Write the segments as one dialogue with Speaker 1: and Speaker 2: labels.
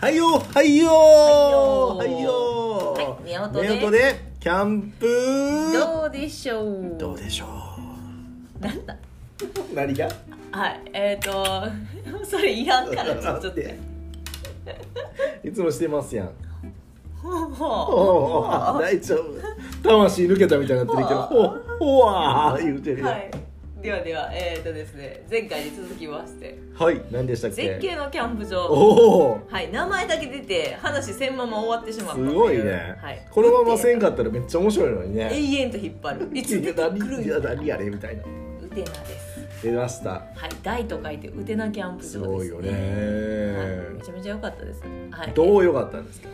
Speaker 1: はいよはいよはいよ
Speaker 2: はい寝音で
Speaker 1: 寝音でキャンプ
Speaker 2: どうでしょう
Speaker 1: どうでしょ
Speaker 2: なんだ
Speaker 1: う何が
Speaker 2: はいえっ、ー、と それいらんからちょっと
Speaker 1: 待っていつもしてますやん
Speaker 2: ほう
Speaker 1: お
Speaker 2: ほ
Speaker 1: お大丈夫魂抜けたみたいになってるけどほうほわー言うてる
Speaker 2: う
Speaker 1: やん
Speaker 2: はいではではえっ、ー、とですね前回に続きまして
Speaker 1: はい何でしたっ
Speaker 2: 絶
Speaker 1: け
Speaker 2: 景のキャンプ場
Speaker 1: おお
Speaker 2: はい名前だけ出て話せんまま終わってしまったって
Speaker 1: す
Speaker 2: う
Speaker 1: ごいね
Speaker 2: はい、
Speaker 1: このまませんかったらめっちゃ面白いのにね
Speaker 2: 永遠と引っ張るいつ
Speaker 1: い
Speaker 2: 出
Speaker 1: や
Speaker 2: てく
Speaker 1: 何
Speaker 2: るん
Speaker 1: い
Speaker 2: や
Speaker 1: や何やれみたいな
Speaker 2: ウテナです
Speaker 1: 出ました
Speaker 2: はい大と書いてウテナキャンプ場です、
Speaker 1: すごいよね
Speaker 2: はい、めちゃめちゃ良かったですはい
Speaker 1: どう良かったんですか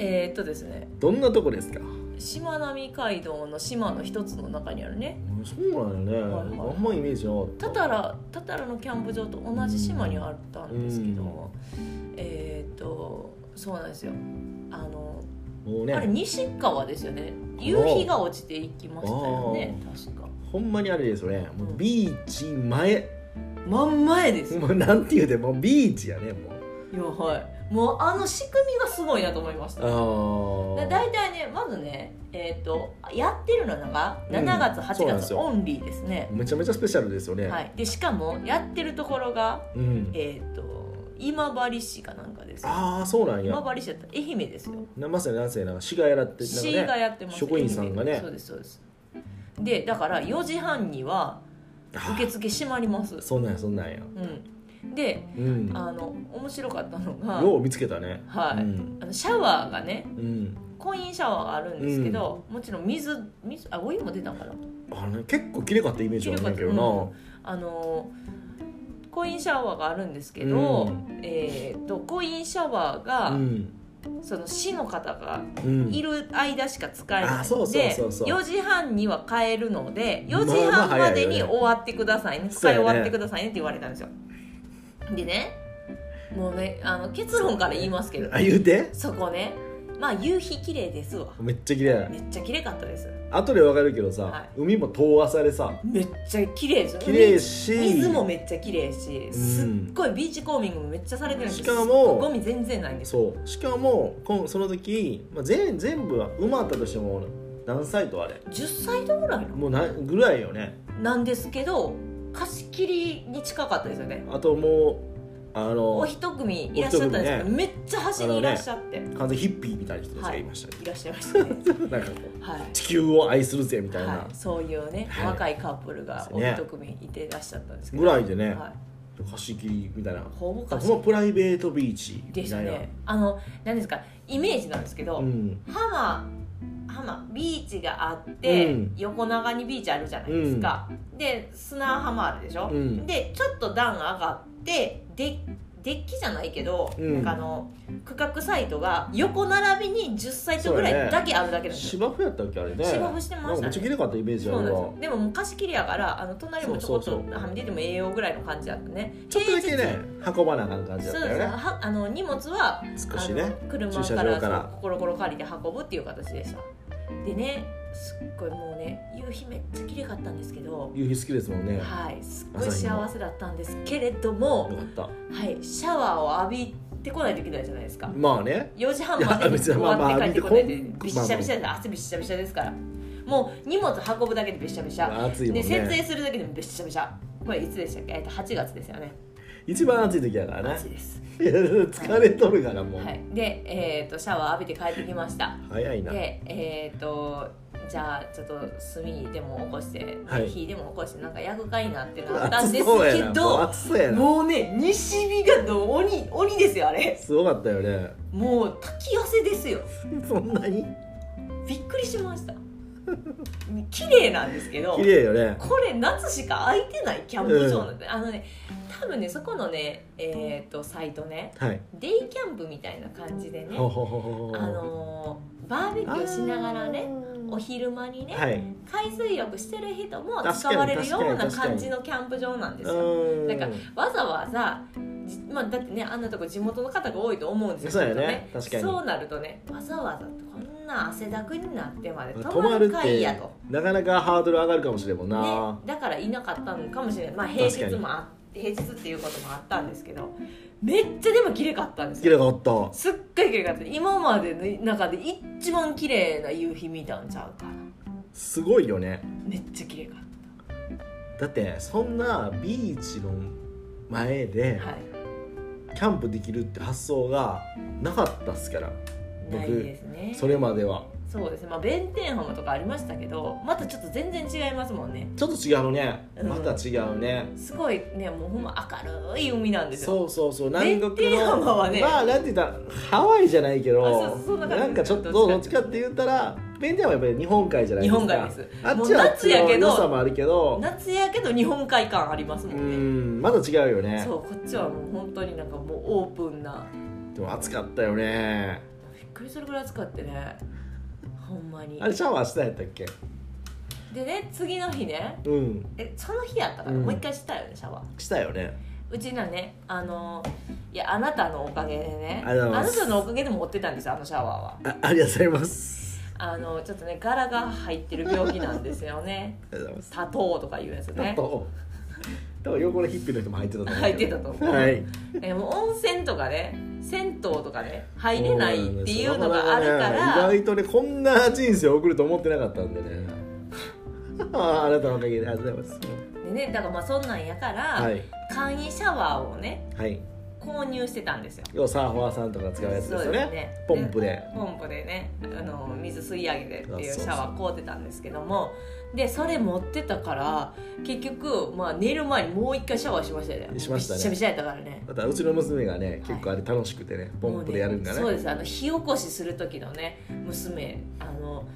Speaker 2: えー、っとですね
Speaker 1: どんなとこですか
Speaker 2: しまなみ海道の島の一つの中にあるね
Speaker 1: そうなんよね、
Speaker 2: はいはい
Speaker 1: あんまイメージなかった
Speaker 2: タタラタタラのキャンプ場と同じ島にあったんですけど、えーっとそうなんですよあの、
Speaker 1: もう
Speaker 2: あれ
Speaker 1: ね
Speaker 2: 西川ですよね夕日が落ちていきましたよね確か
Speaker 1: ほんまにあれですよねもうビーチ前
Speaker 2: 真ん前ですよ
Speaker 1: もうなんて言うてもうビーチやねも
Speaker 2: いやはいもうあの仕組みがすごいなと思いました
Speaker 1: うあ
Speaker 2: だ
Speaker 1: あ
Speaker 2: 大体ねまずねえーっとやってるのが
Speaker 1: うん
Speaker 2: 7月
Speaker 1: そうな
Speaker 2: 8
Speaker 1: んです
Speaker 2: 月
Speaker 1: よ
Speaker 2: オンリーですね、
Speaker 1: めちゃめちゃスペシャルですよね、
Speaker 2: はい、でしかもやってるところが
Speaker 1: うん、
Speaker 2: えー、と今治市かなんかですよ
Speaker 1: ああそうなんや
Speaker 2: 今治市だったら愛媛ですよ
Speaker 1: なまさになんせな市がやらってなんか
Speaker 2: 市が
Speaker 1: ね
Speaker 2: やってます
Speaker 1: 職員さんがね
Speaker 2: 愛媛そうですそうですでだから4時半には
Speaker 1: あ
Speaker 2: 受付閉まります
Speaker 1: ーそんなんやそんなんや
Speaker 2: うんで
Speaker 1: うん
Speaker 2: あの面白かったのが
Speaker 1: よう見つけたね
Speaker 2: はい
Speaker 1: うん
Speaker 2: あのシャワーがね
Speaker 1: うん
Speaker 2: コインシャワーがあるんですけど、もちろん水水あお湯も出たんかな
Speaker 1: あれね結構綺麗かったイメージあるんだけど
Speaker 2: 綺麗
Speaker 1: な
Speaker 2: かあのコインシャワーがあるんですけど、
Speaker 1: う
Speaker 2: えー、とコインシャワーが、
Speaker 1: うん
Speaker 2: その市の方が
Speaker 1: うん
Speaker 2: いる間しか使えない
Speaker 1: あそう
Speaker 2: の
Speaker 1: そう
Speaker 2: で
Speaker 1: そうそう
Speaker 2: 4時半には帰るので4時
Speaker 1: まあ
Speaker 2: 半
Speaker 1: まあ
Speaker 2: まで
Speaker 1: 早い
Speaker 2: に
Speaker 1: よね
Speaker 2: 終わってくださいね
Speaker 1: そう
Speaker 2: 使
Speaker 1: や
Speaker 2: い
Speaker 1: ね
Speaker 2: 終わってくださいねって言われたんですよでねもうねあの結論から言いますけど
Speaker 1: あ言うて
Speaker 2: そこねまあ夕日綺麗ですわ
Speaker 1: めっちゃ綺麗
Speaker 2: めっちゃ綺麗かったです
Speaker 1: 後でわかるけどさ、
Speaker 2: はい
Speaker 1: 海も遠浅でさ
Speaker 2: めっちゃ綺麗ですよ
Speaker 1: 綺麗し
Speaker 2: 水もめっちゃ綺麗し
Speaker 1: ん
Speaker 2: すっごいビーチコーミングもめっちゃされてるんです
Speaker 1: しかも
Speaker 2: ゴミ全然ないんです
Speaker 1: そうしかもこんその時、まあ、全全部は埋まったとしても何サイトあれ
Speaker 2: 10歳ぐらいの
Speaker 1: もうなぐらいよね
Speaker 2: なんですけど貸し切りに近かったですよね
Speaker 1: あともうあ
Speaker 2: お
Speaker 1: の
Speaker 2: 一組いらっしゃったんですけ
Speaker 1: お一
Speaker 2: ど、
Speaker 1: 組
Speaker 2: めっちゃ端にいらっしゃって、
Speaker 1: 完全ヒッピーみたいな人たちが
Speaker 2: はい
Speaker 1: いましたね、
Speaker 2: いらっしゃいましたね
Speaker 1: なんかこう
Speaker 2: はい
Speaker 1: 地球を愛するぜみたいな、
Speaker 2: はい、そういうね、
Speaker 1: はい
Speaker 2: 若いカップルがお
Speaker 1: ね
Speaker 2: 一組いてらっしゃったんですけど
Speaker 1: ぐらいでね、
Speaker 2: はい、
Speaker 1: 貸し切りみたいな
Speaker 2: ほぼ
Speaker 1: こ
Speaker 2: 貸し
Speaker 1: のプライベートビーチみ
Speaker 2: でしたた
Speaker 1: いな、
Speaker 2: ねあの何ですかイメージなんですけど、
Speaker 1: うん
Speaker 2: 浜浜ビーチがあって、
Speaker 1: うん
Speaker 2: 横長にビーチあるじゃないですか、で砂浜あるでしょ、
Speaker 1: うん
Speaker 2: でちょっと段上がってでデッキじゃないけど、
Speaker 1: うん
Speaker 2: なんかあの区画サイトが横並びに10サイトぐら
Speaker 1: そうや
Speaker 2: い
Speaker 1: ね
Speaker 2: だけあるだけなんですよ
Speaker 1: 芝生やったっけあれね
Speaker 2: 芝生してましたね
Speaker 1: なんかめっちゃ綺麗かったイメージあ
Speaker 2: そうなん
Speaker 1: る
Speaker 2: です
Speaker 1: わ
Speaker 2: よでももう貸し切りやからあの隣もちょこっ
Speaker 1: そう
Speaker 2: と
Speaker 1: そうそう
Speaker 2: はみ出ても栄養ぐらいの感じだったね
Speaker 1: ちょっとだけね運ばなあかん感
Speaker 2: 平
Speaker 1: じ
Speaker 2: 日そ
Speaker 1: だっ
Speaker 2: う
Speaker 1: た
Speaker 2: です
Speaker 1: よね
Speaker 2: はあの荷物は
Speaker 1: 少しね
Speaker 2: あの車
Speaker 1: 駐
Speaker 2: か
Speaker 1: 車
Speaker 2: ら
Speaker 1: 場から
Speaker 2: そうコロコロ借りて運ぶっていう形でしたでねすっごいもうね夕日めっちゃ綺麗かったんですけど
Speaker 1: 夕日好きですもんね
Speaker 2: はいすっごい幸せだったんですけれども
Speaker 1: よかった
Speaker 2: はいシャワーを浴びてこないといけないじゃないですか
Speaker 1: まあね
Speaker 2: 4時半ま
Speaker 1: いや
Speaker 2: でに
Speaker 1: 別
Speaker 2: 終
Speaker 1: にまあま
Speaker 2: わ
Speaker 1: あ
Speaker 2: って帰ってこないと
Speaker 1: 見てこん
Speaker 2: びっしゃびしゃで汗びっしゃびしゃですからもう荷物運ぶだけでびっしゃびしゃ
Speaker 1: 暑いもん
Speaker 2: で設営
Speaker 1: ね
Speaker 2: するだけでもびっしゃびしゃこれいつでしたっけえっと8月ですよね
Speaker 1: 一番暑い時やからね
Speaker 2: 暑いです、
Speaker 1: いや 疲れとるからもう、
Speaker 2: はい、で、えっとシャワー浴びて帰ってきました
Speaker 1: 早いな
Speaker 2: でえっとじゃあちょっと炭でも起こして、
Speaker 1: はい
Speaker 2: 火でも起こしてなんか焼くかいなってなったんです
Speaker 1: そう
Speaker 2: け
Speaker 1: やなもう
Speaker 2: ど
Speaker 1: 暑そうやな
Speaker 2: もうね西日がどう鬼鬼ですよあれ
Speaker 1: すごかったよね
Speaker 2: もう滝汗ですよ
Speaker 1: そんなに
Speaker 2: びっくりしま した綺麗なんですけど
Speaker 1: 綺麗よね
Speaker 2: これ夏しか空いてないキャンプ場なんで、あのね多分ねそこのねえっ、とサイトね
Speaker 1: はい
Speaker 2: デイキャンプみたいな感じでね
Speaker 1: ほうほうほうほう
Speaker 2: あのーバーベキューしながらねお昼間にね、
Speaker 1: はい
Speaker 2: 海水浴してる人も
Speaker 1: 確
Speaker 2: 使
Speaker 1: かに
Speaker 2: われるような
Speaker 1: 確かに
Speaker 2: 感じのキャンプ場なんですよ
Speaker 1: う
Speaker 2: なんかわざわざ、じまあ、だってねあんなとこ地元の方が多いと思うんです
Speaker 1: そう
Speaker 2: け
Speaker 1: や
Speaker 2: ど
Speaker 1: ね確かに
Speaker 2: そうなるとねわざわざこんな汗だくになってまで
Speaker 1: 泊
Speaker 2: 泊
Speaker 1: ま
Speaker 2: ま
Speaker 1: る
Speaker 2: る
Speaker 1: って
Speaker 2: かいやと、
Speaker 1: なかなかハードル上がるかもしれんもん
Speaker 2: ね
Speaker 1: な、
Speaker 2: だからいなかったのかもしれない、まあ、平日もあって平日っていうこともあったんですけどめっちゃでも綺麗かったんです
Speaker 1: 綺
Speaker 2: よ
Speaker 1: 麗だった
Speaker 2: すっごい綺麗かった今までの中で一番綺麗な夕日見たんちゃうかな
Speaker 1: すごいよね
Speaker 2: めっちゃ綺麗かっ
Speaker 1: だってそんなビーチの前で
Speaker 2: たはい
Speaker 1: キャンプできるって発想がなかったっすから僕
Speaker 2: ないですね
Speaker 1: それまでは
Speaker 2: そうですねまあ弁天浜とかありましたけどまたちょっと全然違いますもんね
Speaker 1: ちょっと違うね
Speaker 2: うん
Speaker 1: また違うね、
Speaker 2: すごいねもうほんま明るい海なんですよ
Speaker 1: そうそうそう南国の
Speaker 2: ベッテ浜はね
Speaker 1: まあなんて言ったらハワイじゃないけ
Speaker 2: あ
Speaker 1: ど
Speaker 2: そうそうそんな感じ
Speaker 1: なんかちょっと
Speaker 2: ど
Speaker 1: ど
Speaker 2: っ
Speaker 1: っ
Speaker 2: ち
Speaker 1: ち
Speaker 2: か
Speaker 1: か
Speaker 2: っ
Speaker 1: ってて言ったらベンテはやっぱり日本海じゃないですか
Speaker 2: 日本海です
Speaker 1: あっ
Speaker 2: もう
Speaker 1: ちはあっ
Speaker 2: 夏
Speaker 1: ち
Speaker 2: や
Speaker 1: の
Speaker 2: けど
Speaker 1: 良さもあるけど
Speaker 2: 夏やけど日本海感ありますも
Speaker 1: うん
Speaker 2: ね
Speaker 1: んまだ違うよね
Speaker 2: そうこっちはもう本当になんかもうオープンな
Speaker 1: でも暑かったよね
Speaker 2: びっくりするぐらい暑かってねほんまに
Speaker 1: あれシャワーしたんやったっけ
Speaker 2: でね次の日ね
Speaker 1: うん
Speaker 2: えその日やったから、
Speaker 1: うん
Speaker 2: もう一回したよねシャワー
Speaker 1: したよね
Speaker 2: うちらねあのいやあなたのおかげでね
Speaker 1: ありがとうございます
Speaker 2: なたのおかげで持ってたんですよあのシャワーは
Speaker 1: あありがとうございます
Speaker 2: あのちょっとね柄が入ってる病気なんですよね
Speaker 1: ありがとうございます
Speaker 2: 砂糖とかいうやつ
Speaker 1: あ
Speaker 2: ね
Speaker 1: と多分横のヒッピーの人も入ってたと思うけど
Speaker 2: 入ってたと思う
Speaker 1: はい
Speaker 2: えもう温泉とかね銭湯とかね入れないっていうのがあるか
Speaker 1: そうなの
Speaker 2: ら
Speaker 1: ね意外とねこんな人生を送ると思ってなかったんでねああなたのおかげでありがとうございます
Speaker 2: でねだからまあそんなんやから、
Speaker 1: はい
Speaker 2: 簡易シャワーをね
Speaker 1: はい
Speaker 2: 購入してたんですよ
Speaker 1: 要はサーファーさんとか使うやつですよね
Speaker 2: そうですね
Speaker 1: ポンプで
Speaker 2: ポンプでねあの水吸い上げてって
Speaker 1: あ
Speaker 2: い
Speaker 1: そうう
Speaker 2: シ
Speaker 1: そう
Speaker 2: ャワー買うてたんですけどもでそれ持ってたから結局、まあ、寝る前にもう一回シャワーしましたよね
Speaker 1: しましたね
Speaker 2: びっしゃびしゃやったからね
Speaker 1: またうちの娘がね結構あれ楽しくてねポンプでやるんだね
Speaker 2: もうそうですあの火起こしする時のね娘あの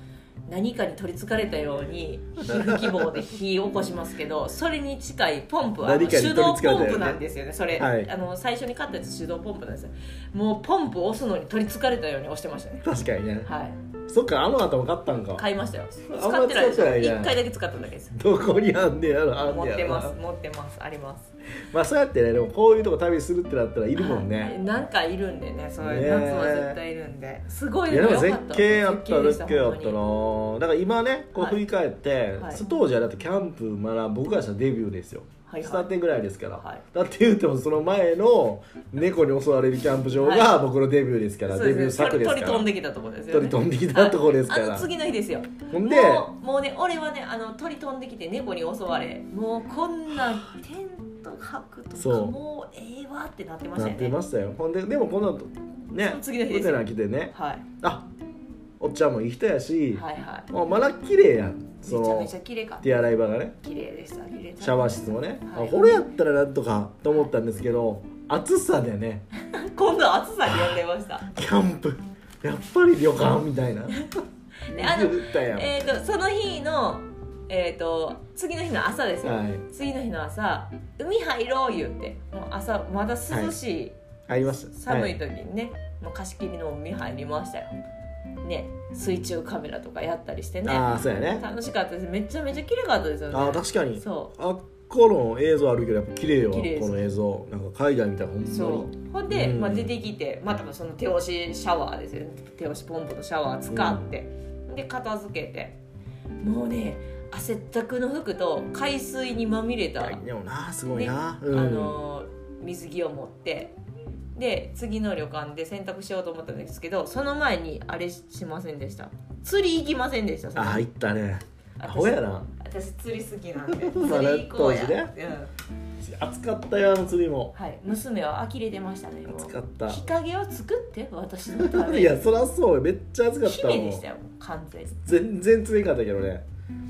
Speaker 2: 何かに取りつかれたように皮膚希望で火起こしますけどそれに近いポンプはあの
Speaker 1: 何かに
Speaker 2: 手動
Speaker 1: 取りつかれ
Speaker 2: ポ
Speaker 1: たよね
Speaker 2: ンプなんですよねそれ、
Speaker 1: はい
Speaker 2: あの最初に買ったやつ手動ポンプなんですよもうポンプを押すのに取りつかれたように押してましたね
Speaker 1: 確かにね
Speaker 2: はい
Speaker 1: そっかあの頭買ったんか
Speaker 2: 買いましたよ
Speaker 1: あん
Speaker 2: 使っ
Speaker 1: ま
Speaker 2: てないです
Speaker 1: 使ってないね
Speaker 2: 1回だけ使っただけです
Speaker 1: どこにあんねやろあん
Speaker 2: 持
Speaker 1: ね
Speaker 2: っ
Speaker 1: や
Speaker 2: て
Speaker 1: ろな
Speaker 2: ます持ってますあります
Speaker 1: まあそうやってねでもこういうとこ旅するってなったらいるもん
Speaker 2: はい
Speaker 1: ね
Speaker 2: なんかいるんでねそういう
Speaker 1: ねえ
Speaker 2: 夏は絶対いるんですごい
Speaker 1: いや
Speaker 2: も
Speaker 1: で
Speaker 2: 良
Speaker 1: も
Speaker 2: か
Speaker 1: 絶
Speaker 2: った
Speaker 1: 景やった
Speaker 2: で
Speaker 1: 絶
Speaker 2: した
Speaker 1: 景やっ
Speaker 2: 本
Speaker 1: た
Speaker 2: 当に
Speaker 1: なだから今ねこう
Speaker 2: はい
Speaker 1: 振り返って、
Speaker 2: はい
Speaker 1: 当時はだってキャンプまだ僕がしたデビューですよ、
Speaker 2: はいはい
Speaker 1: スターテンぐらいですから、
Speaker 2: はい
Speaker 1: だって言うてもその前の猫に襲われるキャンプ場が
Speaker 2: は
Speaker 1: 僕のデビューですから、
Speaker 2: そう
Speaker 1: デビュー
Speaker 2: ですね
Speaker 1: 作ですか
Speaker 2: 鳥
Speaker 1: ら
Speaker 2: 鳥飛んできたところですよ、ね、
Speaker 1: 鳥飛んできたとこですから
Speaker 2: あの次の日ですよ
Speaker 1: ほんで
Speaker 2: もうもうね俺はねあの鳥飛んできて猫に襲われもうこんなテント泊とか
Speaker 1: そう
Speaker 2: もうええわってなってまし
Speaker 1: な
Speaker 2: た
Speaker 1: っ
Speaker 2: よ
Speaker 1: て
Speaker 2: ね
Speaker 1: ましたよほんででもこの後ね
Speaker 2: その次の日です
Speaker 1: ウテナ来てね
Speaker 2: はい
Speaker 1: あおっちゃんもいい人やし、
Speaker 2: はいは
Speaker 1: もうまだ綺麗やん
Speaker 2: い
Speaker 1: そ
Speaker 2: めちゃめ
Speaker 1: の
Speaker 2: ちゃ綺麗かった
Speaker 1: 手洗い場がね
Speaker 2: 綺麗でした綺麗
Speaker 1: シャワー室もね、
Speaker 2: はい
Speaker 1: あこれやったらなんとかと思ったんですけど暑さでね
Speaker 2: 今度は暑さにやってました
Speaker 1: キャンプやっぱり旅館みた いな
Speaker 2: であの
Speaker 1: 言ったやん、
Speaker 2: えー、とその日の、えー、と次の日の朝ですよ、
Speaker 1: はい
Speaker 2: 次の日の朝海入ろう言ってもう朝まだ涼しい、
Speaker 1: ありました
Speaker 2: 寒い
Speaker 1: は
Speaker 2: 時にね、もう貸し切りの海入りましたよね水中カメラとかやったりしてね
Speaker 1: ああそうやね
Speaker 2: 楽しかったですめちゃめちゃ綺麗かったですよね
Speaker 1: ああ確かに
Speaker 2: そ
Speaker 1: あっこの映像あるけどやっぱ綺麗よ
Speaker 2: 綺麗です
Speaker 1: この映像なんか海外みたいなほん
Speaker 2: う
Speaker 1: ま
Speaker 2: そ
Speaker 1: に
Speaker 2: うほんで、
Speaker 1: うん
Speaker 2: まあ、出てきてまたその手押しシャワーですよね手押しポンプのシャワー使って、で片付けてもうね汗だくの服と海水にまみれた、
Speaker 1: でもなすごいな、
Speaker 2: あ
Speaker 1: うん、
Speaker 2: の水着を持ってで次の旅館で洗濯しようと思ったんですけどその前にあれしませんでした釣り行きませんでしたそ
Speaker 1: あ
Speaker 2: の
Speaker 1: 入ったねアホ
Speaker 2: 私
Speaker 1: やな
Speaker 2: 私釣り好きなん で
Speaker 1: まあ
Speaker 2: 釣り行こうや、
Speaker 1: 当時ね
Speaker 2: うん
Speaker 1: 暑かったよあの釣りも
Speaker 2: はい娘は呆れてましたねもう
Speaker 1: 暑かった
Speaker 2: 日陰を作って私のため
Speaker 1: いやそらそうよめっちゃ暑かったも
Speaker 2: 姫で
Speaker 1: ん
Speaker 2: したよ完全に
Speaker 1: 全然釣れんかったけどね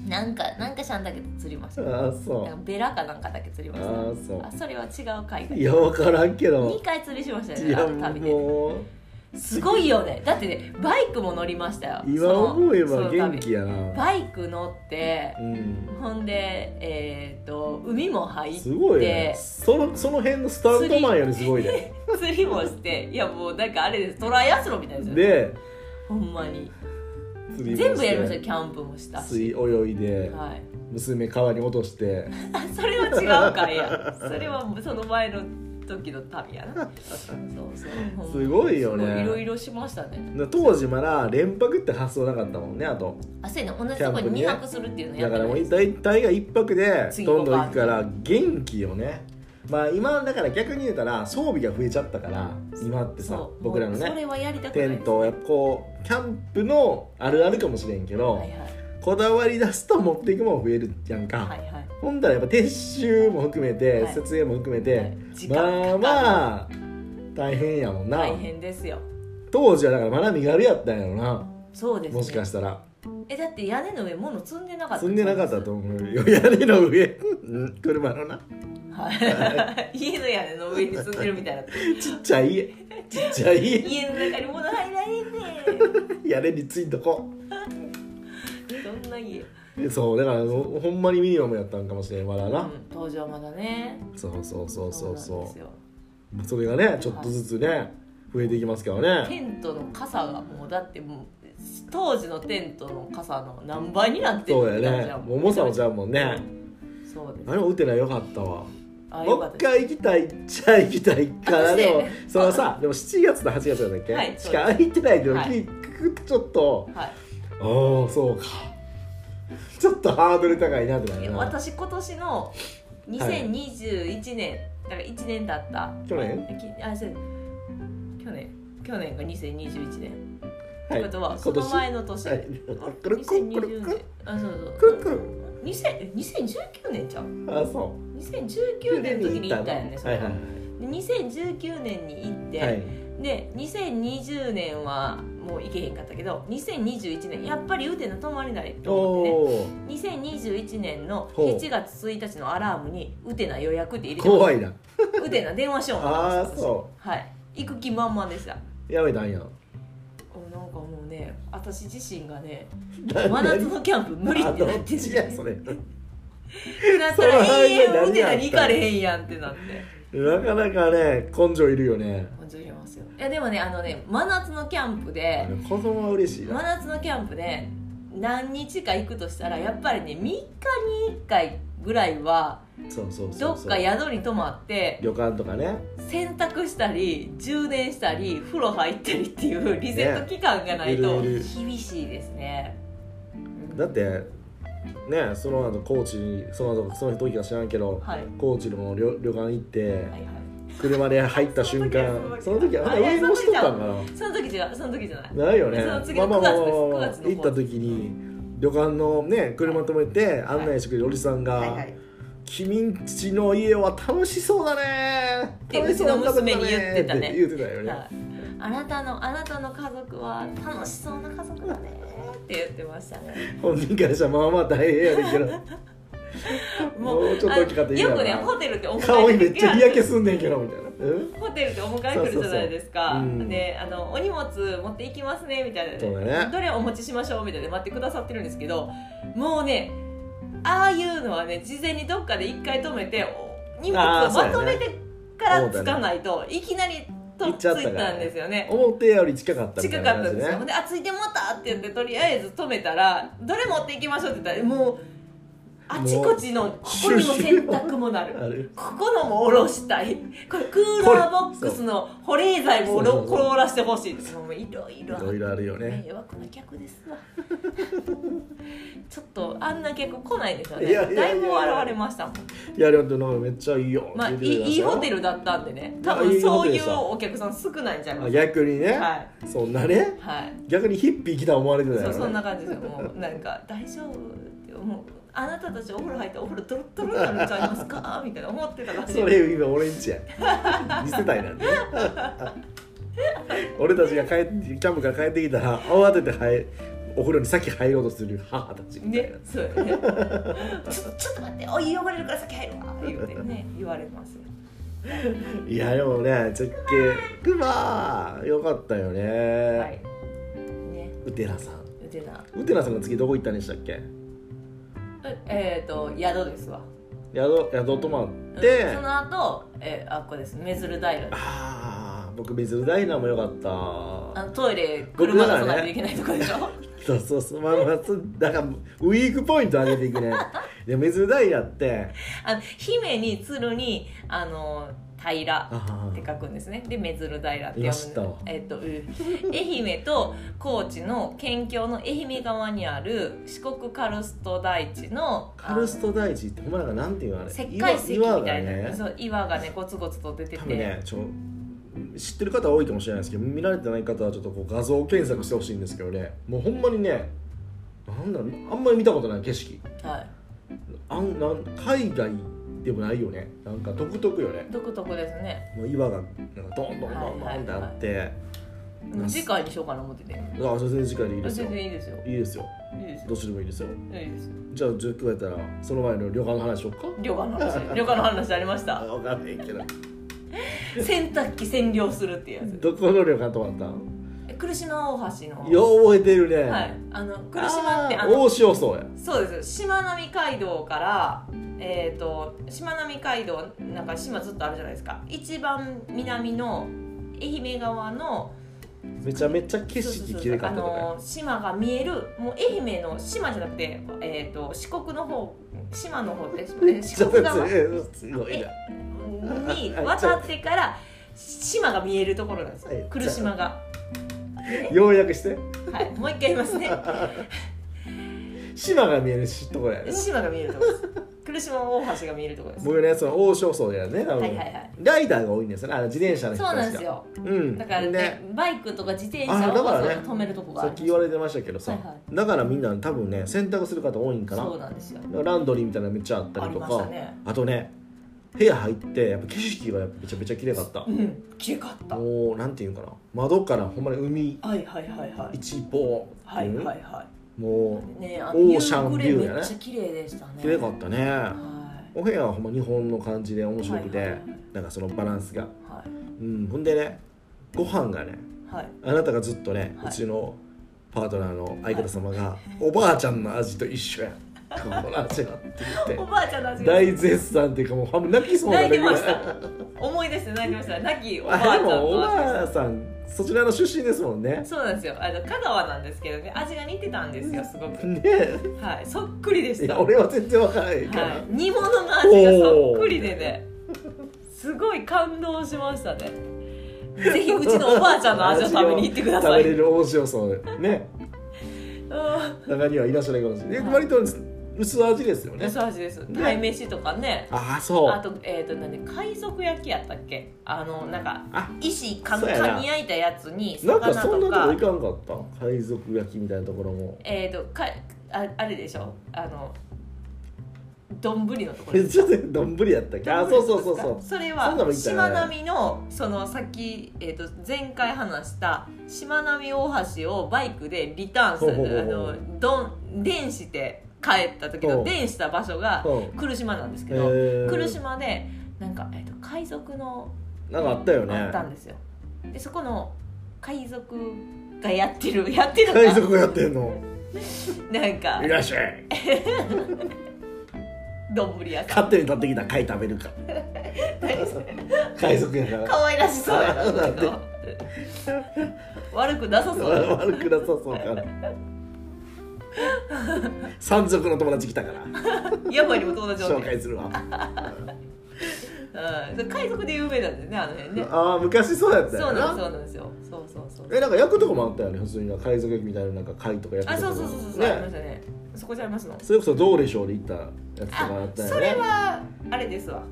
Speaker 2: なんかなんかしゃんだけど釣りまし
Speaker 1: あ
Speaker 2: た
Speaker 1: あそう
Speaker 2: なんかベラかなんかだけ釣りました
Speaker 1: ああそ
Speaker 2: あそれは違う海
Speaker 1: う
Speaker 2: 外
Speaker 1: いや分からんけど
Speaker 2: 2回釣りしましたよ
Speaker 1: い
Speaker 2: ねあ
Speaker 1: や
Speaker 2: の旅でね
Speaker 1: もう
Speaker 2: すごいよねだってねバイクも乗りましたよ
Speaker 1: 今思えば元
Speaker 2: 旅
Speaker 1: 気やな
Speaker 2: バイク乗って
Speaker 1: うん
Speaker 2: ほんでえっ、と海も入って
Speaker 1: すごいねそのその辺のスタントマンよりすごいね
Speaker 2: 釣りもしていやもうなんかあれですトライアスロンみたいですよね
Speaker 1: で
Speaker 2: ほんまに
Speaker 1: 釣りもして
Speaker 2: 全部やりましたよキャンプもした
Speaker 1: 水
Speaker 2: し
Speaker 1: 泳いで
Speaker 2: はい
Speaker 1: 娘川に落として
Speaker 2: あそれは違うかいやそれはその前の時の旅やなそうそうほんます
Speaker 1: ごいよね
Speaker 2: すごいいろいろしましたね
Speaker 1: 当時まだ連泊って発想なかったもんねあと
Speaker 2: あそうやね同じとこ
Speaker 1: キャンプ
Speaker 2: に
Speaker 1: ね
Speaker 2: 2泊するっていうのや
Speaker 1: だ
Speaker 2: っ
Speaker 1: か
Speaker 2: て
Speaker 1: ら
Speaker 2: な
Speaker 1: も
Speaker 2: いう
Speaker 1: 大体が一泊で
Speaker 2: 次
Speaker 1: どんどん行くから元気よねまあ今だから逆に言うたら装備が増えちゃったから今ってさ
Speaker 2: そう
Speaker 1: 僕らの
Speaker 2: そ
Speaker 1: ね
Speaker 2: れはやりたくな
Speaker 1: テ
Speaker 2: い
Speaker 1: ントをやっぱこうキャンプのあるあるかもしれんけど、
Speaker 2: はいはい
Speaker 1: こだわり出すと持っていくもん増えるやんか、
Speaker 2: はいはい
Speaker 1: ほんだらやっぱ撤収も含めて、
Speaker 2: はい
Speaker 1: 設営も含め
Speaker 2: は
Speaker 1: て
Speaker 2: い、時間かか
Speaker 1: まあ
Speaker 2: る
Speaker 1: まあ大変やもんな
Speaker 2: 大変ですよ
Speaker 1: 当時はだからまだ身軽やったんやろな、
Speaker 2: そうですね
Speaker 1: もしかしたら
Speaker 2: えだって屋根の上物積んでなかった
Speaker 1: 積んでなかったと思うよ屋根の上うん車のな
Speaker 2: はい家の屋根の上に積んでるみ たいな
Speaker 1: ちっちゃ い家ちっちゃい家
Speaker 2: 家の中に物入られんね
Speaker 1: 屋根についとこ
Speaker 2: んどんな家、
Speaker 1: でそうだからほほんまにミニマムやったんかもしれんまだ
Speaker 2: う
Speaker 1: な、
Speaker 2: ん、登場まだね
Speaker 1: そうそうそうそ
Speaker 2: な
Speaker 1: う
Speaker 2: んで
Speaker 1: そ
Speaker 2: すよ
Speaker 1: うそれがねちょっとずつね増えていきますからね
Speaker 2: テントの傘がもうだってもう当時のテントの傘の何倍になって
Speaker 1: そうや
Speaker 2: じ
Speaker 1: ね
Speaker 2: ゃん
Speaker 1: 重さもちゃうもんね
Speaker 2: そうです
Speaker 1: あれも打てないよかったわ
Speaker 2: あ
Speaker 1: も
Speaker 2: よ
Speaker 1: う
Speaker 2: かっ
Speaker 1: 一
Speaker 2: た
Speaker 1: 回行きたいっちゃ行きたいから
Speaker 2: あ
Speaker 1: で
Speaker 2: そ
Speaker 1: も
Speaker 2: して
Speaker 1: そのさでも7月と8月なんだっけ、
Speaker 2: はい
Speaker 1: しか空いてないけど、
Speaker 2: はい
Speaker 1: 聞くとちょっと
Speaker 2: はい
Speaker 1: ああそうかちょっとハードル高いなってないる
Speaker 2: や
Speaker 1: な
Speaker 2: 私今年の2021年、だから1年だった
Speaker 1: 去年
Speaker 2: きあそう去年去年が2021年、
Speaker 1: はい
Speaker 2: ってことはそ
Speaker 1: 今
Speaker 2: の
Speaker 1: 年
Speaker 2: 前の年、
Speaker 1: はいくるくるくる
Speaker 2: 2020年あそうそう
Speaker 1: くるくる
Speaker 2: 2000 2019年じゃん
Speaker 1: あそ
Speaker 2: 2019
Speaker 1: う
Speaker 2: 年の時に行ったよねそ
Speaker 1: は
Speaker 2: れ
Speaker 1: いはい
Speaker 2: で2019年に行って、
Speaker 1: はい
Speaker 2: で2020年はもう行けへんかったけど2021年やっぱり雨天の泊まりない
Speaker 1: お
Speaker 2: と思ってね
Speaker 1: お
Speaker 2: 2021年の
Speaker 1: ほう
Speaker 2: 7月1日のアラームに「うてな予約」って入れて
Speaker 1: 怖いな
Speaker 2: うてな電話しよう
Speaker 1: ああ
Speaker 2: う
Speaker 1: そ
Speaker 2: はい行く気満々でした
Speaker 1: うやめたんや
Speaker 2: おなんかもうね私自身がね真夏のキャンプ無理ってな
Speaker 1: あ
Speaker 2: っ
Speaker 1: ど
Speaker 2: て
Speaker 1: ちやそれ
Speaker 2: なったら
Speaker 1: その
Speaker 2: 永遠
Speaker 1: 間に
Speaker 2: うてな
Speaker 1: 何
Speaker 2: に行
Speaker 1: があっ
Speaker 2: か
Speaker 1: た
Speaker 2: れへんやんってなって
Speaker 1: なかなかね根性いるよね
Speaker 2: 感じれますよいやでもねあのね真夏のキャンプで
Speaker 1: 子供は嬉しいな
Speaker 2: 真夏のキャンプで何日か行くとしたらやっぱりね3日に1回ぐらいは
Speaker 1: そうそうそ
Speaker 2: ど
Speaker 1: う
Speaker 2: っ
Speaker 1: そう
Speaker 2: か宿に泊まって
Speaker 1: 旅館とかね
Speaker 2: 洗濯したり充電したり風呂入ったりっていうリセット期間がないと
Speaker 1: ねいるいる
Speaker 2: 厳しいですね
Speaker 1: だってねその後高知にその後その時は知らんけど
Speaker 2: はい
Speaker 1: 高知の旅旅館行って
Speaker 2: はいはい
Speaker 1: 車で入った瞬間そ
Speaker 2: そ
Speaker 1: の
Speaker 2: の
Speaker 1: 時
Speaker 2: 時
Speaker 1: は
Speaker 2: は
Speaker 1: あ
Speaker 2: その時
Speaker 1: 上乗しとったんかな
Speaker 2: その時違うその時じゃない
Speaker 1: ないよね
Speaker 2: その次
Speaker 1: まあ
Speaker 2: の
Speaker 1: まあまあまあ
Speaker 2: 九月です九月の方
Speaker 1: 行った時に旅館のね車止めて案内してくれるおじさんが、君んちの家は楽しそうだね
Speaker 2: って
Speaker 1: 楽しそうな家族
Speaker 2: うち
Speaker 1: だ
Speaker 2: の娘に言ってたね
Speaker 1: って言ってたよね
Speaker 2: はいあなたのあなたの家族は楽しそうな家族だねって言ってました ね
Speaker 1: 本人からしたらまあまあ大変やねんけどもうちょっと大きかったらいい
Speaker 2: あ
Speaker 1: な
Speaker 2: のよくねホテル ってお迎えの時
Speaker 1: 顔にめっちゃ
Speaker 2: が
Speaker 1: 日焼けすんねんけどみた いな、うん、
Speaker 2: ホテルでお迎え来るじゃないです
Speaker 1: そう
Speaker 2: か
Speaker 1: そうそううん
Speaker 2: であのお荷物持って行きますねみたいな、
Speaker 1: そうだね
Speaker 2: どれお持ちしましょうみたいな待ってくださってるんですけどもうねああいうのはね事前にどっかで一回止めてお荷
Speaker 1: あ
Speaker 2: 物
Speaker 1: ー
Speaker 2: を
Speaker 1: そう
Speaker 2: ま
Speaker 1: やね
Speaker 2: とめてからつかないと、いきなりと
Speaker 1: 行っ
Speaker 2: っつ
Speaker 1: ちゃったか
Speaker 2: い
Speaker 1: らね
Speaker 2: たんですよね
Speaker 1: 表より近かったみ
Speaker 2: 近
Speaker 1: たい
Speaker 2: か
Speaker 1: な
Speaker 2: ったん
Speaker 1: 感じ
Speaker 2: ですよ、
Speaker 1: ね
Speaker 2: で「あついてもった」って言ってとりあえず止めたら「どれ持っていきましょう」って言ったらもうあちこちのここにも洗濯もなる
Speaker 1: ある
Speaker 2: ここのもおろしたいこれクーラーボックスの保冷剤もおろ
Speaker 1: そうそうそう
Speaker 2: 転がしてほしいですもういろいろ
Speaker 1: いろいろあるよね
Speaker 2: 迷惑な客ですわちょっとあんな客来ないですよ
Speaker 1: いやいや
Speaker 2: ね
Speaker 1: いや
Speaker 2: だいぶ現れましたもん
Speaker 1: いやでもなんかめっちゃいいよ
Speaker 2: まあい
Speaker 1: っ
Speaker 2: い
Speaker 1: て言ってくれたんで
Speaker 2: い
Speaker 1: す
Speaker 2: い
Speaker 1: よ
Speaker 2: ホテルだったんでね多
Speaker 1: いやい
Speaker 2: 分
Speaker 1: いホ
Speaker 2: そう
Speaker 1: テルで
Speaker 2: い
Speaker 1: し
Speaker 2: う
Speaker 1: た
Speaker 2: お客さん少ないんじゃない
Speaker 1: あ
Speaker 2: です
Speaker 1: 逆にね、
Speaker 2: かはい
Speaker 1: そんなね
Speaker 2: はい
Speaker 1: 逆にヒッピー来た思われてたよ、
Speaker 2: そ
Speaker 1: ね、
Speaker 2: うそんな感じですよもうなんか「大丈夫?」って思う「あなたたちお風呂入ったらお風呂ドロッドロになるんちゃいますか?」みたいな思ってたらしい
Speaker 1: それ今俺ん ちや見せたいなんてね 俺たちが帰ってキャンプから帰ってきたら慌てて入お風呂に先入ろうとする母たちみたい
Speaker 2: ね
Speaker 1: な、
Speaker 2: そうよねちょっとちょっと待ってお湯汚れるから先入るわ言うてね言われますよ
Speaker 1: いやでもね絶景クマよかったよね、
Speaker 2: はいね
Speaker 1: うてなさん
Speaker 2: うてな
Speaker 1: うてなさんが次どこ行ったんでしたっけ
Speaker 2: えっ、ー、と宿ですわ
Speaker 1: 宿宿泊まっ
Speaker 2: うん
Speaker 1: て、
Speaker 2: その後、えー、あっこですメズル平です
Speaker 1: ああ僕水ダイナーも良かった
Speaker 2: あのトイレ
Speaker 1: 僕
Speaker 2: 車
Speaker 1: だか
Speaker 2: 出さない
Speaker 1: らね
Speaker 2: といけないとこでしょ
Speaker 1: そうそうそうまあまあそうだからウィークポイント上げていくねで水ダイナーって
Speaker 2: あの姫に鶴にあの平
Speaker 1: あは
Speaker 2: って書くんですねで目鶴平って
Speaker 1: 今
Speaker 2: 呼
Speaker 1: 知ったわ
Speaker 2: ぶえっと、う愛媛と高知の県境の愛媛側にある四国カルスト台地の
Speaker 1: カルスト大地ってほんまなんかなんていうのあ
Speaker 2: あ
Speaker 1: れ
Speaker 2: の石灰石みたいな
Speaker 1: 岩がね
Speaker 2: そう岩がねゴツゴツと出て
Speaker 1: 多
Speaker 2: て、
Speaker 1: 分ねちょ知ってる方は多いかもしれないですけど見られてない方はちょっとこう画像検索してほしいんですけどねもうほんまにねなんだろうあんまり見たことない景色
Speaker 2: は
Speaker 1: あんなん海外でもないよねなんか独特よね
Speaker 2: い、独特ですね
Speaker 1: もう岩がなんかドンドンドンドンってあってな
Speaker 2: 次回にしようかな思ってて
Speaker 1: あ全然次回でいいですよ
Speaker 2: 全
Speaker 1: い
Speaker 2: 然いいですよ
Speaker 1: いですよ
Speaker 2: いいですよ
Speaker 1: どっちでもいいですよ
Speaker 2: いいですよ
Speaker 1: じゃあ10回やったらその前の旅館の話しよっか
Speaker 2: 旅館の 話旅館の話ありまし
Speaker 1: あ
Speaker 2: た
Speaker 1: 分かんないけど
Speaker 2: 洗濯機占領するっていうやつ
Speaker 1: どこの旅館泊まった
Speaker 2: え来島大橋の
Speaker 1: んよう覚えてるね、
Speaker 2: はいあの来島って
Speaker 1: あー
Speaker 2: あの
Speaker 1: 大塩そうや
Speaker 2: そうですしまなみ海道からえっ、としまなみ海道なんか島ずっとあるじゃないですか一番南の愛媛側の
Speaker 1: めちゃめちゃ景色きれかったと
Speaker 2: そうそうそう
Speaker 1: か
Speaker 2: あの島が見えるもう愛媛の島じゃなくて、えー、と四国の方島の方って
Speaker 1: めちゃ
Speaker 2: 四
Speaker 1: め
Speaker 2: 国
Speaker 1: ちゃ
Speaker 2: 側
Speaker 1: すごいな
Speaker 2: に渡ってから島が見えるところなんです
Speaker 1: はい
Speaker 2: よ来島が、
Speaker 1: ようやくして
Speaker 2: はい、もう一回言い ますね
Speaker 1: 島が見えるしところやね
Speaker 2: 島が見えるところです来島大橋が見えるところです
Speaker 1: 僕ねその大塩そうやね多分、
Speaker 2: はいはいはい
Speaker 1: ライダーが多いんですよねあの自転車の人
Speaker 2: そう
Speaker 1: たちが
Speaker 2: なんですよ
Speaker 1: うん
Speaker 2: だからねバイクとか自転車
Speaker 1: あだ
Speaker 2: を
Speaker 1: からね
Speaker 2: そう止めるとこがあ
Speaker 1: さ
Speaker 2: る
Speaker 1: っ
Speaker 2: ん
Speaker 1: き
Speaker 2: です
Speaker 1: 言われてましたけどさ、
Speaker 2: はいは
Speaker 1: だからみんな多分ね洗濯する方多いんか
Speaker 2: そう
Speaker 1: な
Speaker 2: なんですよ
Speaker 1: ランドリーみたいなのめっちゃあったりと
Speaker 2: ありまし
Speaker 1: か
Speaker 2: たね
Speaker 1: あとね部屋入ってやっぱ景色がやっぱめちゃめちゃ綺麗かった
Speaker 2: うん綺麗かったは
Speaker 1: もうなんていうんかな窓からほんまに海
Speaker 2: いはいはいはい
Speaker 1: 一望
Speaker 2: はいはいは
Speaker 1: も
Speaker 2: いねあの
Speaker 1: オーシャンビュー
Speaker 2: 夕暮
Speaker 1: や
Speaker 2: れめ
Speaker 1: ね
Speaker 2: っちゃ綺麗でしたね
Speaker 1: う綺麗かったね、
Speaker 2: は
Speaker 1: お部屋はほんま日本の感じで面白くて、
Speaker 2: はいはいはい
Speaker 1: なんかそのバランスが、
Speaker 2: いは
Speaker 1: うん、ほんでねご飯がね
Speaker 2: いはい
Speaker 1: あなたがずっとね、
Speaker 2: はいう
Speaker 1: ちのパートナーの相方様が、おばあちゃんの味と一緒やこの味はって言
Speaker 2: お
Speaker 1: っ
Speaker 2: ばあちゃんの
Speaker 1: て
Speaker 2: 味が
Speaker 1: 大絶賛っていうかもう半分泣きそうな
Speaker 2: 泣いて
Speaker 1: ぐら
Speaker 2: ま
Speaker 1: い
Speaker 2: した思い出して泣いてました泣きおばあち
Speaker 1: あ
Speaker 2: ゃ
Speaker 1: で
Speaker 2: んの
Speaker 1: もお
Speaker 2: 味が
Speaker 1: ばあさんそちらの出身ですもんね
Speaker 2: そうなんですよあの香川なんですけどね味が似てたんですよすごく
Speaker 1: ね
Speaker 2: はいそっくりで
Speaker 1: い
Speaker 2: した
Speaker 1: や俺は全然わからないから、
Speaker 2: はい、煮物の味がそっくりでねすごい感動しましたねぜひうちのおばあちゃんの味を食べに行ってくだ さい
Speaker 1: 食べれる大塩そうね
Speaker 2: うん
Speaker 1: 中にはいらっしゃないかもしれないで割と薄味ですよね
Speaker 2: 薄味です鯛めしとかね
Speaker 1: ああそう
Speaker 2: あとえっ、と何海賊焼きやったっけあのなんか
Speaker 1: あ
Speaker 2: 石か
Speaker 1: そうやな
Speaker 2: かに焼いたやつに
Speaker 1: なん
Speaker 2: 魚
Speaker 1: かそんな
Speaker 2: と
Speaker 1: とこ
Speaker 2: か
Speaker 1: 行かんかった海賊焼きみたいなところも
Speaker 2: えっ、とかああれでしょあの丼のところ
Speaker 1: えちょっと丼やったっけあそうそうそうそう
Speaker 2: それ
Speaker 1: そんなの
Speaker 2: は
Speaker 1: 行った
Speaker 2: し
Speaker 1: よね
Speaker 2: まなみのそのさっき、えー、と前回話したしまなみ大橋をバイクでリターンする
Speaker 1: ほうほうほうほう
Speaker 2: あのどん電して帰った時
Speaker 1: ほ
Speaker 2: の
Speaker 1: う
Speaker 2: 電した場所が
Speaker 1: うん
Speaker 2: 来島なんですけど
Speaker 1: え
Speaker 2: 来
Speaker 1: ー、
Speaker 2: 島でなんか、えー、と海賊の
Speaker 1: なんかあったよね
Speaker 2: あったんですよでそこの海賊がやってる やってる
Speaker 1: 海賊やってんの
Speaker 2: なんか
Speaker 1: いらっしゃい
Speaker 2: 丼屋さん
Speaker 1: 勝手に立ってきた貝食べるか 海賊やから
Speaker 2: 可愛らしそうやな
Speaker 1: なんで
Speaker 2: 悪くなさそうだな
Speaker 1: 悪くなさそうから山賊の友達来たから
Speaker 2: 山にも友達おっ
Speaker 1: 紹
Speaker 2: て
Speaker 1: 介するわ
Speaker 2: うん、海賊で有名なんですねあの辺ね
Speaker 1: ああ昔そうやった
Speaker 2: そ
Speaker 1: よ
Speaker 2: うなんです
Speaker 1: な
Speaker 2: そうなんですよそうそうそう
Speaker 1: えなんか焼くとこもあったよね普通に海賊焼きみたいななんか貝とか焼く
Speaker 2: あ
Speaker 1: とこ
Speaker 2: そ
Speaker 1: も
Speaker 2: うそうそうそう、ありま
Speaker 1: ね
Speaker 2: したねそこじゃありますの
Speaker 1: それこそどうでしょうで行ったやつとか
Speaker 2: あ
Speaker 1: あったよね
Speaker 2: それはあれですわ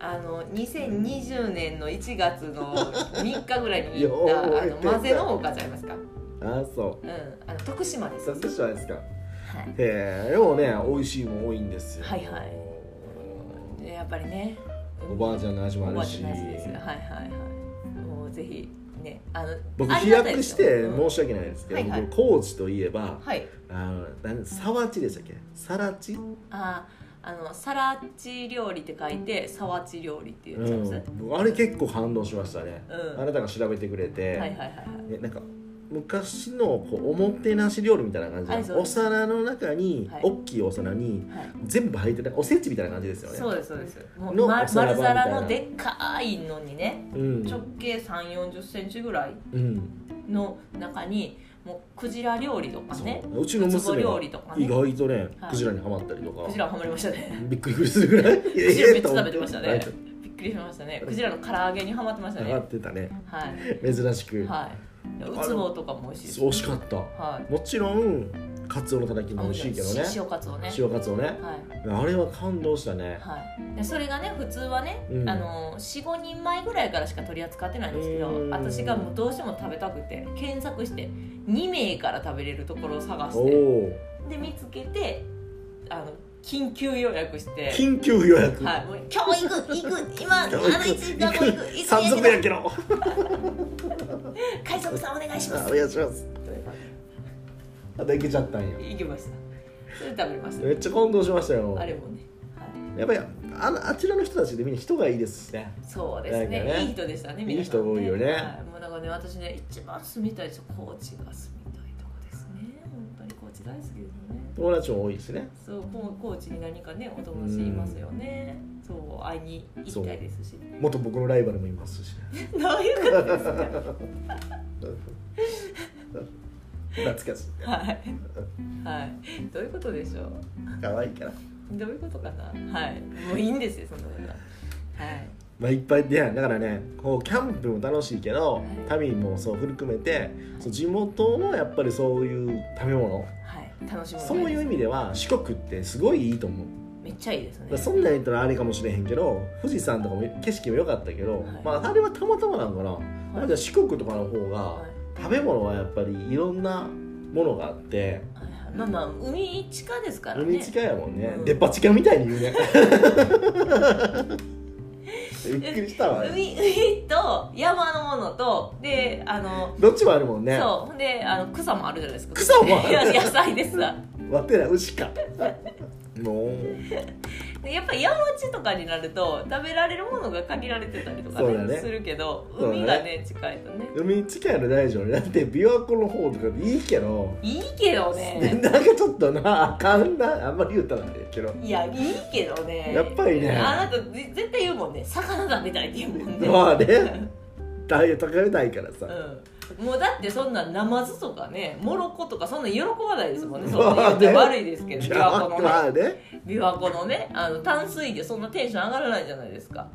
Speaker 2: あの2020年の1月 の3日ぐらいに行った
Speaker 1: よう
Speaker 2: あ
Speaker 1: 覚え
Speaker 2: の
Speaker 1: てんな
Speaker 2: 混ぜの丘ちゃいますか
Speaker 1: あそう
Speaker 2: うんあの徳島です
Speaker 1: さすじゃないですかへ
Speaker 2: は
Speaker 1: えでもね美味しいも多いんですよ
Speaker 2: はいはいいでやっぱりね
Speaker 1: おばあちゃんの味も
Speaker 2: おば
Speaker 1: あ
Speaker 2: あ
Speaker 1: る
Speaker 2: ち
Speaker 1: し
Speaker 2: ゃんの味ですよはいはいはいもうぜひねあの
Speaker 1: 僕
Speaker 2: あ
Speaker 1: 飛
Speaker 2: りがたい
Speaker 1: 躍
Speaker 2: で
Speaker 1: し
Speaker 2: すよ
Speaker 1: て
Speaker 2: うん
Speaker 1: 申し訳ないですけど、
Speaker 2: はいはい
Speaker 1: 僕高知といえば
Speaker 2: はい
Speaker 1: あのなんサワチでしたっけサラチ
Speaker 2: ああのサラチ料理って書いてサワチ料理って言っちゃいます、うん、
Speaker 1: 僕あれ結構感動しましたね、
Speaker 2: うん
Speaker 1: あなたが調べてくれて、
Speaker 2: はいはいはいはい
Speaker 1: ね、なんか昔のこうおもてなし料理みたいな感じで、
Speaker 2: はいそう
Speaker 1: お
Speaker 2: です
Speaker 1: 皿の中に、
Speaker 2: はい
Speaker 1: 大きいお皿に
Speaker 2: はい
Speaker 1: 全部入ってたおせちみたいな感じですよね
Speaker 2: そうですそうですもう
Speaker 1: の
Speaker 2: ま
Speaker 1: お
Speaker 2: 丸
Speaker 1: 皿版みたいな
Speaker 2: 皿のでっかいのにね
Speaker 1: うん
Speaker 2: 直径3 4 0センチぐらい
Speaker 1: うん
Speaker 2: の中にもうクジラ料理とか
Speaker 1: そう
Speaker 2: ね
Speaker 1: うちの
Speaker 2: つぼ
Speaker 1: 娘
Speaker 2: 料
Speaker 1: が
Speaker 2: 理とか
Speaker 1: 意
Speaker 2: ね
Speaker 1: 外とね、
Speaker 2: はい
Speaker 1: クジラにはまったりと か
Speaker 2: クジラはまりましたね
Speaker 1: びっくりするぐらいク
Speaker 2: クジラめっちゃ食べてましたねびっくりしましたねクジラの唐揚げにはまってましたね
Speaker 1: 上が
Speaker 2: は
Speaker 1: ってたね
Speaker 2: い
Speaker 1: 珍しく、
Speaker 2: はいウツボとかも美味しいです
Speaker 1: 惜しかった
Speaker 2: はい
Speaker 1: もちろんカツオのたたきも美味しいけどね
Speaker 2: し塩カツをね
Speaker 1: 塩カツオね
Speaker 2: はい
Speaker 1: あれは感動したね
Speaker 2: はい、でそれがね普通はね、
Speaker 1: うん
Speaker 2: あの45人前ぐらいからしか取り扱ってないんですけ
Speaker 1: う
Speaker 2: ど
Speaker 1: ん
Speaker 2: 私がもうどうしても食べたくて検索して2名から食べれるところを探
Speaker 1: お
Speaker 2: して
Speaker 1: おー
Speaker 2: で見つけてあの緊急予約して。
Speaker 1: 緊急予約、
Speaker 2: はい、もう今日行く行く今 あの
Speaker 1: 行
Speaker 2: 1
Speaker 1: く
Speaker 2: 時間後行くいつ
Speaker 1: 山賊や
Speaker 2: や
Speaker 1: けど
Speaker 2: けど海賊さんお願いしま
Speaker 1: あ
Speaker 2: す
Speaker 1: お願いしますあできちゃったんよ
Speaker 2: 行きましたそれ食べまし
Speaker 1: めっちゃ感動しましたよ
Speaker 2: たあれもね、はい、
Speaker 1: やっぱりあのあちらの人たちでみんな人がいいですしね
Speaker 2: そうですね
Speaker 1: なんかね
Speaker 2: いい人でしたね皆さん
Speaker 1: いい人多いよね
Speaker 2: はい、もうなんかね私ね一番住みたいですよ高知が住みたいとこですね本当に高知大好きですね
Speaker 1: 友達も多いですね
Speaker 2: そうこう高知に何かねお友達いますよねそう会いに行きたいですし
Speaker 1: 元僕のライバルもいますしね
Speaker 2: どういうことですか
Speaker 1: 懐かしい
Speaker 2: はいはいどういうことでしょう
Speaker 1: 可愛いから
Speaker 2: どういうことかなはいもういいんですよそんなことははい
Speaker 1: まあいっぱい出会いだからねこうキャンプも楽しいけど
Speaker 2: い
Speaker 1: 旅もそう含めてそう地元のやっぱりそういう食べ物
Speaker 2: はい楽しむ
Speaker 1: そういう意味では四国ってすごいいいと思う
Speaker 2: めっちゃいいですね
Speaker 1: まあそんなん言ったらあれかもしれへんけど富士山とかも景色も良かったけど、
Speaker 2: はい
Speaker 1: まああれはたまたまなんかな、まあじゃあ四国とかの方が、
Speaker 2: はい
Speaker 1: 食べ物はやっぱりいろんなものがあって
Speaker 2: はいはいまあまあ海地下ですからね
Speaker 1: 海近いやもんね、
Speaker 2: うん
Speaker 1: デパ地下みたいに言 うねびっくりしたわ
Speaker 2: 海 海と山のものとであの、
Speaker 1: どっちもあるもんね
Speaker 2: そうほんであの草もあるじゃないですか
Speaker 1: 草もある
Speaker 2: いや野菜ですわ
Speaker 1: わてら牛かもう
Speaker 2: でやっぱり山地とかになると食べられるものが限られてたりとか、
Speaker 1: そうだね
Speaker 2: するけど
Speaker 1: そうだね
Speaker 2: 海がね近いとね
Speaker 1: 海近いの大丈夫だって琵琶湖の方とかでいいけど、
Speaker 2: いいけど
Speaker 1: なん
Speaker 2: ね
Speaker 1: かちょっとなあかんなあんまり言うたらないけど
Speaker 2: いやいいけどね
Speaker 1: やっぱりね
Speaker 2: あなたぜ絶対言うもんね魚食べたいって言うもんね
Speaker 1: まあねダイエットかれないからさ、
Speaker 2: うんもうだってそんなナマズとかねモロコとかそんな喜ばないですもんねそ
Speaker 1: まあ
Speaker 2: んな言うて
Speaker 1: ね
Speaker 2: 悪いですけど
Speaker 1: い
Speaker 2: 琵
Speaker 1: や
Speaker 2: 琶湖のね
Speaker 1: まあね
Speaker 2: 琵琶湖のねあの淡水魚そんなテンション上がらないじゃないですか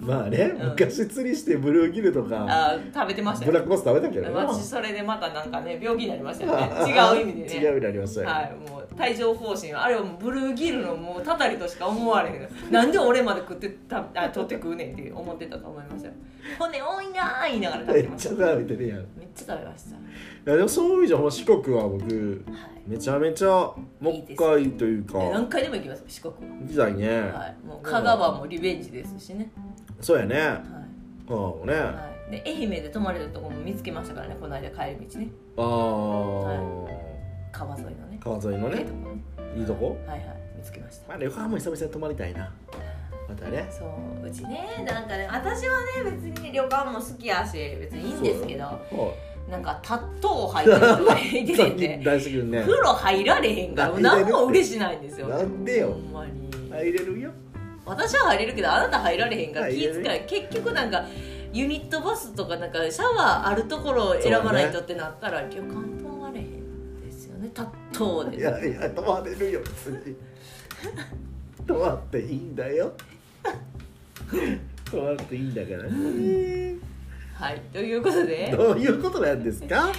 Speaker 1: まあね、
Speaker 2: うん
Speaker 1: 昔釣りしてブルーギルとか
Speaker 2: あー食べてました
Speaker 1: ブ
Speaker 2: よ
Speaker 1: ラックモス食べたけどな
Speaker 2: 私それでまたなんかね病気になりましたよね違う意味で
Speaker 1: 違
Speaker 2: ね
Speaker 1: う意味でありましたよ、
Speaker 2: はい、もう帯状疱疹あれはもうブルーギルのもうたたりとしか思われへんなんで俺まで食ってたあ取って食うねんって思ってたと思いましたよ骨多いなー言いながら食
Speaker 1: め
Speaker 2: べ
Speaker 1: って
Speaker 2: まし
Speaker 1: ち
Speaker 2: た
Speaker 1: ゃ食べてるやんい
Speaker 2: めっちゃ食べました
Speaker 1: やでもそういう意味じゃほんま四国は僕
Speaker 2: はい
Speaker 1: めちゃめちゃもう一回というか
Speaker 2: で何回でも行きます四国は、
Speaker 1: 行きたいね、
Speaker 2: はい、もう香川もリベンジですしね、
Speaker 1: そうやねあ
Speaker 2: は
Speaker 1: あもね、
Speaker 2: いはい、で愛媛で泊まれるとこも見つけましたからねこの間帰り道ね
Speaker 1: ああ、
Speaker 2: 川沿いのね
Speaker 1: 川沿いの
Speaker 2: いい
Speaker 1: ね
Speaker 2: とこね
Speaker 1: いいとこ
Speaker 2: はいはい見つけました
Speaker 1: まあね横浜久々に泊まりたいなまた ね
Speaker 2: そううちねなんかね私はね別に旅館も好きやし別にいいんですけど
Speaker 1: は
Speaker 2: なんかタットを履いてる人がい
Speaker 1: い
Speaker 2: て
Speaker 1: さってき
Speaker 2: て
Speaker 1: 大好き ね
Speaker 2: 風呂入られへんから
Speaker 1: 入れる
Speaker 2: 何も嬉しないんですよ
Speaker 1: なんでよ
Speaker 2: ほんまに
Speaker 1: 入れるよ
Speaker 2: 私は入れるけどあなた入られへんから
Speaker 1: 入
Speaker 2: 気
Speaker 1: れる
Speaker 2: 遣い結局なんかユニットバスとかなんかシャワーあるところを選ばないとってなったら、旅館泊まれへんですよねたっとう
Speaker 1: い
Speaker 2: です
Speaker 1: やい や泊まれるよ別に泊まっていいんだ よ泊まっていいんだからね
Speaker 2: はいということで
Speaker 1: どういうことなんですか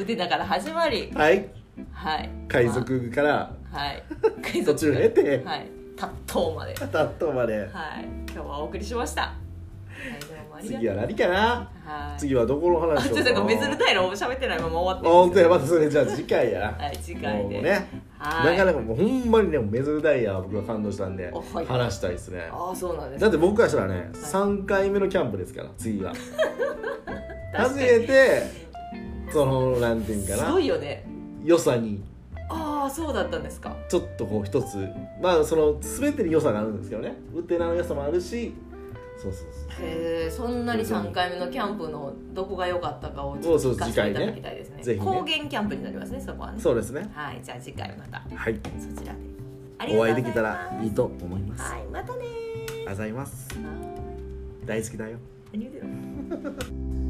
Speaker 2: 腕だから始まり
Speaker 1: はい
Speaker 2: はい
Speaker 1: 海、賊から
Speaker 2: まあ はい海
Speaker 1: 途
Speaker 2: 賊
Speaker 1: 中経て
Speaker 2: はいたっとうまでは
Speaker 1: タットまで
Speaker 2: い今日はお送りしましたはいどうもありがとう
Speaker 1: 次は何かな
Speaker 2: はい
Speaker 1: 次はどこの
Speaker 2: あ
Speaker 1: 話
Speaker 2: ちょ
Speaker 1: を
Speaker 2: っとなんかメズルタイル喋ってないまま終
Speaker 1: あ
Speaker 2: わっ
Speaker 1: 本
Speaker 2: てる
Speaker 1: 当や
Speaker 2: んで
Speaker 1: またそれじゃあ次回や
Speaker 2: すはい次回
Speaker 1: も
Speaker 2: で、
Speaker 1: うね
Speaker 2: はい
Speaker 1: なかなかもうほんまにねメズルダイヤは僕は感動したんで
Speaker 2: おはい
Speaker 1: 話したいですね
Speaker 2: ああそうなんです
Speaker 1: だって僕からしたらね3回目のキャンプですから次は初
Speaker 2: 確かに
Speaker 1: めてそのなんていうんか
Speaker 2: す
Speaker 1: な
Speaker 2: ごいよね
Speaker 1: 良さに
Speaker 2: ああそうだったんですか
Speaker 1: ちょっとこう一つまあその全てに良さがあるんですけどねウテナの良さもあるしそうそうそう
Speaker 2: へえそんなに3回目のキャンプのどこが良かったかをちょっと聞かせていただきたいですね
Speaker 1: そうそう次回ねぜひね
Speaker 2: 高原キャンプになりますねそこはね
Speaker 1: そうですね
Speaker 2: はいじゃあ次回また
Speaker 1: はい
Speaker 2: そちらでありがとうご
Speaker 1: お
Speaker 2: ざ
Speaker 1: 会
Speaker 2: います
Speaker 1: いできたらいいと思いますあ
Speaker 2: はいまたね
Speaker 1: りがとうございます
Speaker 2: は
Speaker 1: 大好きだよ
Speaker 2: い何言うてんの